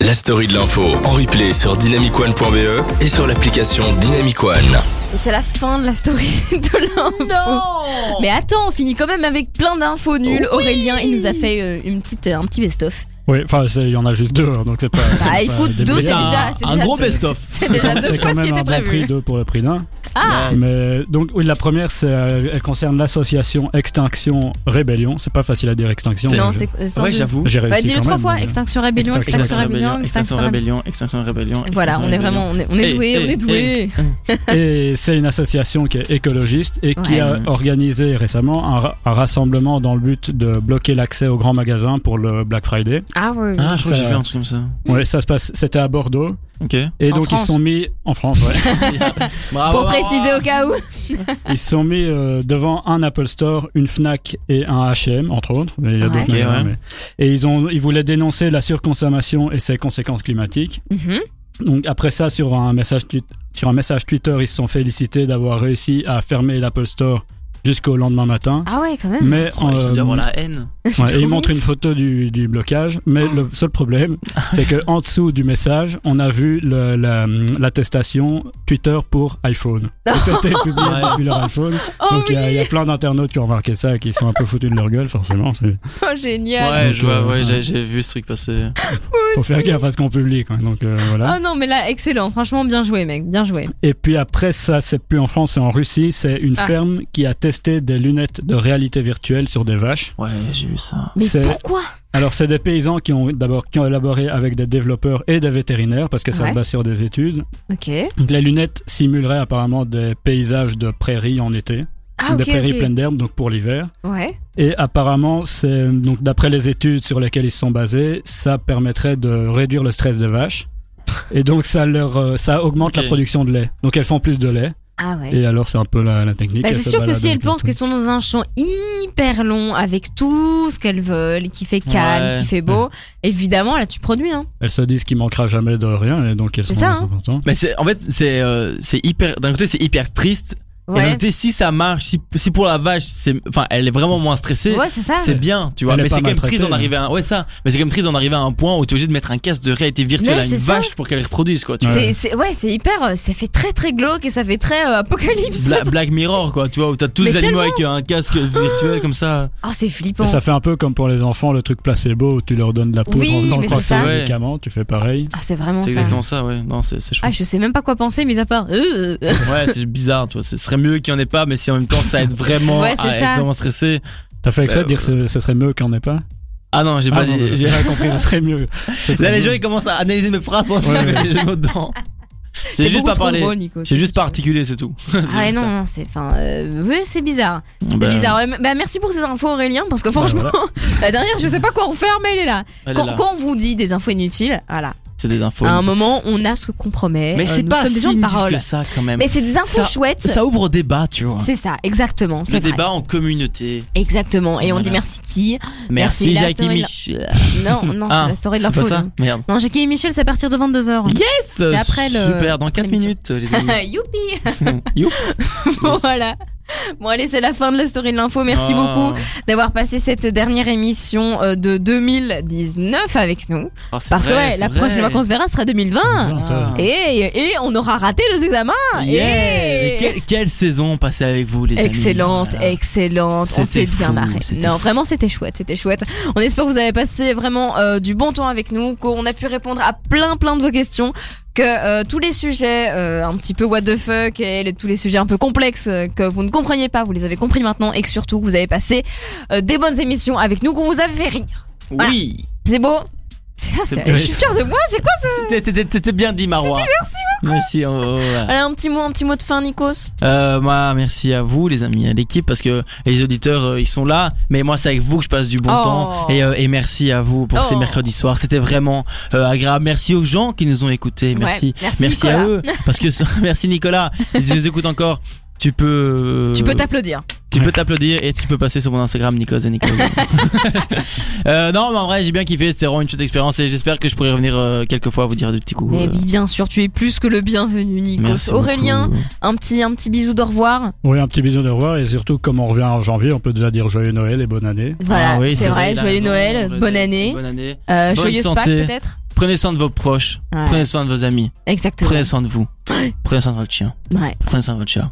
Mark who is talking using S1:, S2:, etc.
S1: la story de l'info en replay sur dynamicone.be E et sur l'application Dynamicone.
S2: Et c'est la fin de la story de l'info.
S3: Non
S2: Mais attends, on finit quand même avec plein d'infos nulles. Aurélien, il nous a fait euh, une petite, un petit best-of.
S4: Oui, enfin, c'est- il y en a juste deux, hein, donc c'est pas. c'est
S2: Bah
S4: pas
S2: écoute,
S4: des
S2: deux, c'est
S4: milliards.
S2: déjà. c'est
S3: un
S2: déjà
S3: gros
S2: deux-
S3: best-of.
S2: C'est déjà deux
S4: Ah, C'est
S2: fois
S4: quand
S2: ce qui
S4: même un
S2: était
S4: bon prix,
S2: prévu.
S4: deux pour le prix d'un.
S2: Ah
S3: Yes.
S4: Mais donc, oui, la première, c'est, euh, elle concerne l'association Extinction Rébellion. C'est pas facile à dire Extinction.
S2: Non,
S4: mais
S2: c'est
S3: C'est vrai que
S2: sans doute.
S3: j'avoue.
S4: J'ai réussi.
S2: Bah dis-le
S4: quand
S2: trois
S4: même,
S2: fois.
S4: mais-
S2: Extinction rébellion,
S4: Extinction
S2: extinction rébellion,
S3: Extinction
S2: extinction rébellion.
S3: Rébellion, Extinction Rébellion.
S2: Voilà, on est vraiment, on est, on est doué, on est doué.
S4: Et c'est une association qui est écologiste et qui
S2: Ouais.
S4: a organisé récemment un, ra- un rassemblement dans le but de bloquer l'accès aux grands magasins pour le Black Friday.
S2: Ah ouais.
S3: Ah, je crois que j'ai
S4: Ça-
S3: vu un truc comme ça.
S4: Ouais, ça se passe. C'était à Bordeaux.
S3: Ok.
S4: Et
S2: Mm. En
S4: donc
S2: France.
S4: ils se sont mis en France. Ouais. Ah
S3: Bravo.
S2: Pour préciser au cas où.
S4: Ils se sont mis euh, devant un Apple Store, une Fnac et un H&M entre autres. Mais il y a
S2: Ouais.
S4: d'autres
S3: Ok,
S4: magasins,
S3: ouais.
S4: mais- Et ils ont, ils voulaient dénoncer la surconsommation et ses conséquences climatiques.
S2: Mhm.
S4: Donc après ça, sur un message twi- sur un message Twitter, ils se sont félicités d'avoir réussi à fermer l'Apple Store jusqu'au lendemain matin.
S2: Ah ouais, quand même.
S4: Mais
S3: Oh, ils ont dû
S4: euh,
S3: avoir la haine.
S4: ouais, et ils montrent une photo du, du blocage, mais le seul problème, c'est que en dessous du message, on a vu le- la- l'attestation Twitter pour iPhone. Donc, C'était publié
S3: Ouais.
S4: depuis leur iPhone.
S2: Oh
S4: Donc euh, il
S2: oui,
S4: y, a- il y a plein d'internautes qui ont remarqué ça et qui sont un peu foutus de leur gueule, forcément. c'est-
S2: oh, génial.
S3: Ouais,
S4: Donc,
S3: je vois,
S4: euh,
S3: ouais,
S4: ouais.
S3: j'ai- j'ai vu ce truc passer.
S4: Faut faire gaffe à ce qu'on publie. quoi. Donc euh, voilà.
S2: Oh non, mais là, excellent. Franchement, bien joué, mec. Bien joué.
S4: Et puis après ça, c'est plus en France, c'est en Russie. C'est une
S2: Ah.
S4: ferme qui a testé des lunettes de réalité virtuelle sur des vaches.
S3: Ouais, j'ai vu ça.
S2: Mais
S4: C'est-
S2: pourquoi
S4: Alors c'est des paysans qui ont d'abord qui ont élaboré avec des développeurs et des vétérinaires parce que ça
S2: Ouais.
S4: se base sur des études.
S2: Ok.
S4: Donc, les lunettes simuleraient apparemment des paysages de prairies en été,
S2: Ah
S4: des
S2: ok,
S4: prairies
S2: ok.
S4: pleines d'herbes donc pour l'hiver.
S2: Ouais.
S4: Et apparemment, c'est donc d'après les études sur lesquelles ils se sont basés, ça permettrait de réduire le stress des vaches. Et donc ça leur euh, ça augmente
S3: Ok.
S4: la production de lait. Donc elles font plus de lait.
S2: Ah ouais.
S4: Et alors c'est un peu la, la technique.
S2: Bah,
S4: Elles
S2: c'est
S4: se
S2: sûr que
S4: baladent
S2: si elles
S4: avec
S2: pensent
S4: leur-
S2: qu'elles sont dans un champ hyper long avec tout ce qu'elles veulent, qui fait calme,
S3: Ouais.
S2: qui fait beau, évidemment là tu produis. Hein.
S4: elles se disent qu'il manquera jamais de rien et donc elles
S2: C'est
S4: sont
S2: ça,
S4: elles sont
S2: hein.
S4: contentes.
S3: Mais c'est, en fait, c'est, euh, c'est hyper, d'un côté, c'est hyper triste. Et d'un
S2: Ouais,
S3: côté, si ça marche, si, si pour la vache, c'est, enfin, elle est vraiment moins stressée.
S2: ouais c'est ça.
S3: C'est bien, tu vois,
S4: Elle est
S3: mais
S4: pas
S3: c'est quand même
S4: maltraitée,
S3: triste d'en
S4: mais-
S3: arriver à un, ouais, ça, mais c'est quand même triste d'en arriver à un point où tu es obligé de mettre un casque de réalité virtuelle
S2: Mais
S3: à
S2: c'est
S3: une
S2: ça.
S3: vache pour qu'elle reproduise, quoi, tu vois.
S2: C'est, c'est- ouais, c'est hyper. euh, Ça fait très très glauque et ça fait très euh, apocalypse.
S3: Bla- Black Mirror, quoi, tu vois, où t'as tous
S2: Mais
S3: les animaux avec un casque virtuel comme ça.
S2: Oh, c'est
S4: Et
S2: flippant.
S4: ça fait un peu comme pour les enfants le truc placebo où tu leur donnes de la poudre
S2: Oui,
S4: en faisant
S2: mais
S4: croire que
S2: c'est
S3: ça.
S4: c'est un médicament, tu fais pareil.
S2: Ah, c'est vraiment
S3: C'est
S2: ça.
S3: exactement ça, ouais. Non, c'est, c'est chaud.
S2: Ah, je sais même pas quoi penser, mis à part. euh, euh.
S3: Ouais, c'est bizarre, tu vois. Ce serait mieux qu'il n'y en ait pas, mais si en même temps ça aide vraiment
S2: Ouais, c'est
S3: à
S2: ça.
S3: être vraiment stressé.
S4: T'as fait exprès
S3: Euh,
S4: de dire ce, ce serait mieux qu'on n'ait pas
S3: Ah non, j'ai pas
S4: Ah, non,
S3: dit. j'ai-
S4: j'ai pas compris, ce serait mieux. Ce serait
S3: Là, les
S4: mieux.
S3: gens ils commencent à analyser mes phrases pour
S4: Ouais,
S3: je mets
S4: ouais.
S3: des jeux de mots dedans.
S2: T'es
S3: C'est juste
S2: beaucoup
S3: pas
S2: trop
S3: parler.
S2: gros, Nico.
S3: C'est juste pas articuler, c'est tout. C'est
S2: Ah ouais,
S3: juste
S2: non,
S3: ça.
S2: non, c'est. Enfin, euh, oui, c'est bizarre.
S3: Bah,
S2: C'est bizarre. Ouais, mais- Bah, merci pour ces infos, Aurélien, parce que franchement, la dernière, je sais pas quoi en faire, mais elle est là.
S3: Ben, elle est
S2: quand,
S3: là.
S2: quand on vous dit des infos inutiles, voilà.
S3: C'est des infos.
S2: à un moment, on a ce qu'on promet.
S3: Mais
S2: Euh,
S3: c'est
S2: nous
S3: pas
S2: sommes des gens
S3: si
S2: de
S3: inutile
S2: parole.
S3: que ça quand même.
S2: Mais c'est des infos
S3: Ça-
S2: chouettes.
S3: Ça ouvre au débat, tu vois.
S2: C'est ça, exactement.
S3: Le
S2: C'est vrai.
S3: débat en communauté.
S2: Exactement. Et on
S3: Voilà.
S2: dit merci qui Merci,
S3: Merci,
S2: la
S3: Jackie
S2: story de la-
S3: Michel.
S2: Non, non, c'est la story de
S3: Ah, c'est pas
S2: l'info.
S3: ça
S2: non.
S3: Merde.
S2: Non, Jackie et Michel, c'est à partir de 22h.
S3: Yes C'est
S2: après le-
S3: Super, dans 4
S2: l'émission.
S3: minutes, les amis.
S2: Youpi
S3: Youp.
S2: Bon, Voilà. Bon, allez, c'est la fin de la story de l'info. Merci
S3: Ah.
S2: beaucoup d'avoir passé cette dernière émission euh, de 2019 avec nous.
S3: Ah, c'est
S2: Parce que,
S3: vrai,
S2: ouais,
S3: c'est
S2: la
S3: vrai.
S2: prochaine fois qu'on se verra sera 2020.
S4: Non, t'as-
S3: Ah.
S2: Et, et on aura raté les examens.
S3: Yeah.
S2: Et-
S3: Mais quelle, quelle saison passée avec vous, les amis
S2: Excellente,
S3: Voilà.
S2: excellente. On s'est
S3: C'était
S2: bien
S3: fou,
S2: marré.
S3: c'était
S2: Non,
S3: fou.
S2: vraiment, c'était chouette, c'était chouette. On espère que vous avez passé vraiment euh, du bon temps avec nous, qu'on a pu répondre à plein, plein de vos questions, que euh, tous les sujets euh, un petit peu what the fuck et les- tous les sujets un peu complexes euh, que vous ne compreniez pas, vous les avez compris maintenant et que surtout vous avez passé euh, des bonnes émissions avec nous, qu'on vous a fait rire.
S3: Oui
S2: C'est beau. C'est- c'est- Je suis fière de moi. C'est quoi ça
S3: C'était- C'était c'était bien dit, Marois. Merci beaucoup. Merci. oh, oh, ouais.
S2: Allez, un petit mot, un petit mot de fin, Nikos.
S3: Euh, moi, merci à vous, les amis, à l'équipe, parce que les auditeurs, euh, ils sont là. Mais moi, c'est avec vous que je passe du bon
S2: Oh.
S3: temps. Et, euh, et merci à vous pour ces
S2: Oh.
S3: mercredis soirs. C'était vraiment euh, agréable. Merci aux gens qui nous ont écoutés. Merci.
S2: Ouais, merci,
S3: merci
S2: Nicolas.
S3: à eux. Parce que, merci Nicolas. Si tu nous écoutes encore, tu peux. euh,
S2: Tu peux t'applaudir.
S3: Tu peux t'applaudir et tu peux passer sur mon Instagram Nikos et Nikos. Euh, non, mais en vrai, j'ai bien kiffé. C'était vraiment une chouette expérience et j'espère que je pourrai revenir euh, quelques fois vous dire des petits coups.
S2: Mais
S3: euh,
S2: Eh oui, bien sûr, tu es plus que le bienvenu, Nikos.
S3: merci
S2: Aurélien,
S3: beaucoup. Ah
S2: un petit, un petit bisou d'au revoir.
S4: Oui, un petit bisou de revoir et surtout, comme on revient en janvier, on peut déjà dire joyeux Noël et bonne année.
S2: Voilà,
S3: Ah oui,
S2: c'est vrai,
S3: il a
S2: joyeux
S3: raison,
S2: Noël,
S3: joyeux
S2: bonne
S3: Noël,
S2: année,
S3: Bonne année.
S2: euh,
S3: bonne
S2: joyeuse Pâques
S3: santé.
S2: peut-être.
S3: Prenez soin de vos proches,
S2: Ouais.
S3: prenez soin de vos amis,
S2: Exactement.
S3: prenez soin de vous, prenez soin de votre chien,
S2: Ouais.
S3: prenez soin de votre chat.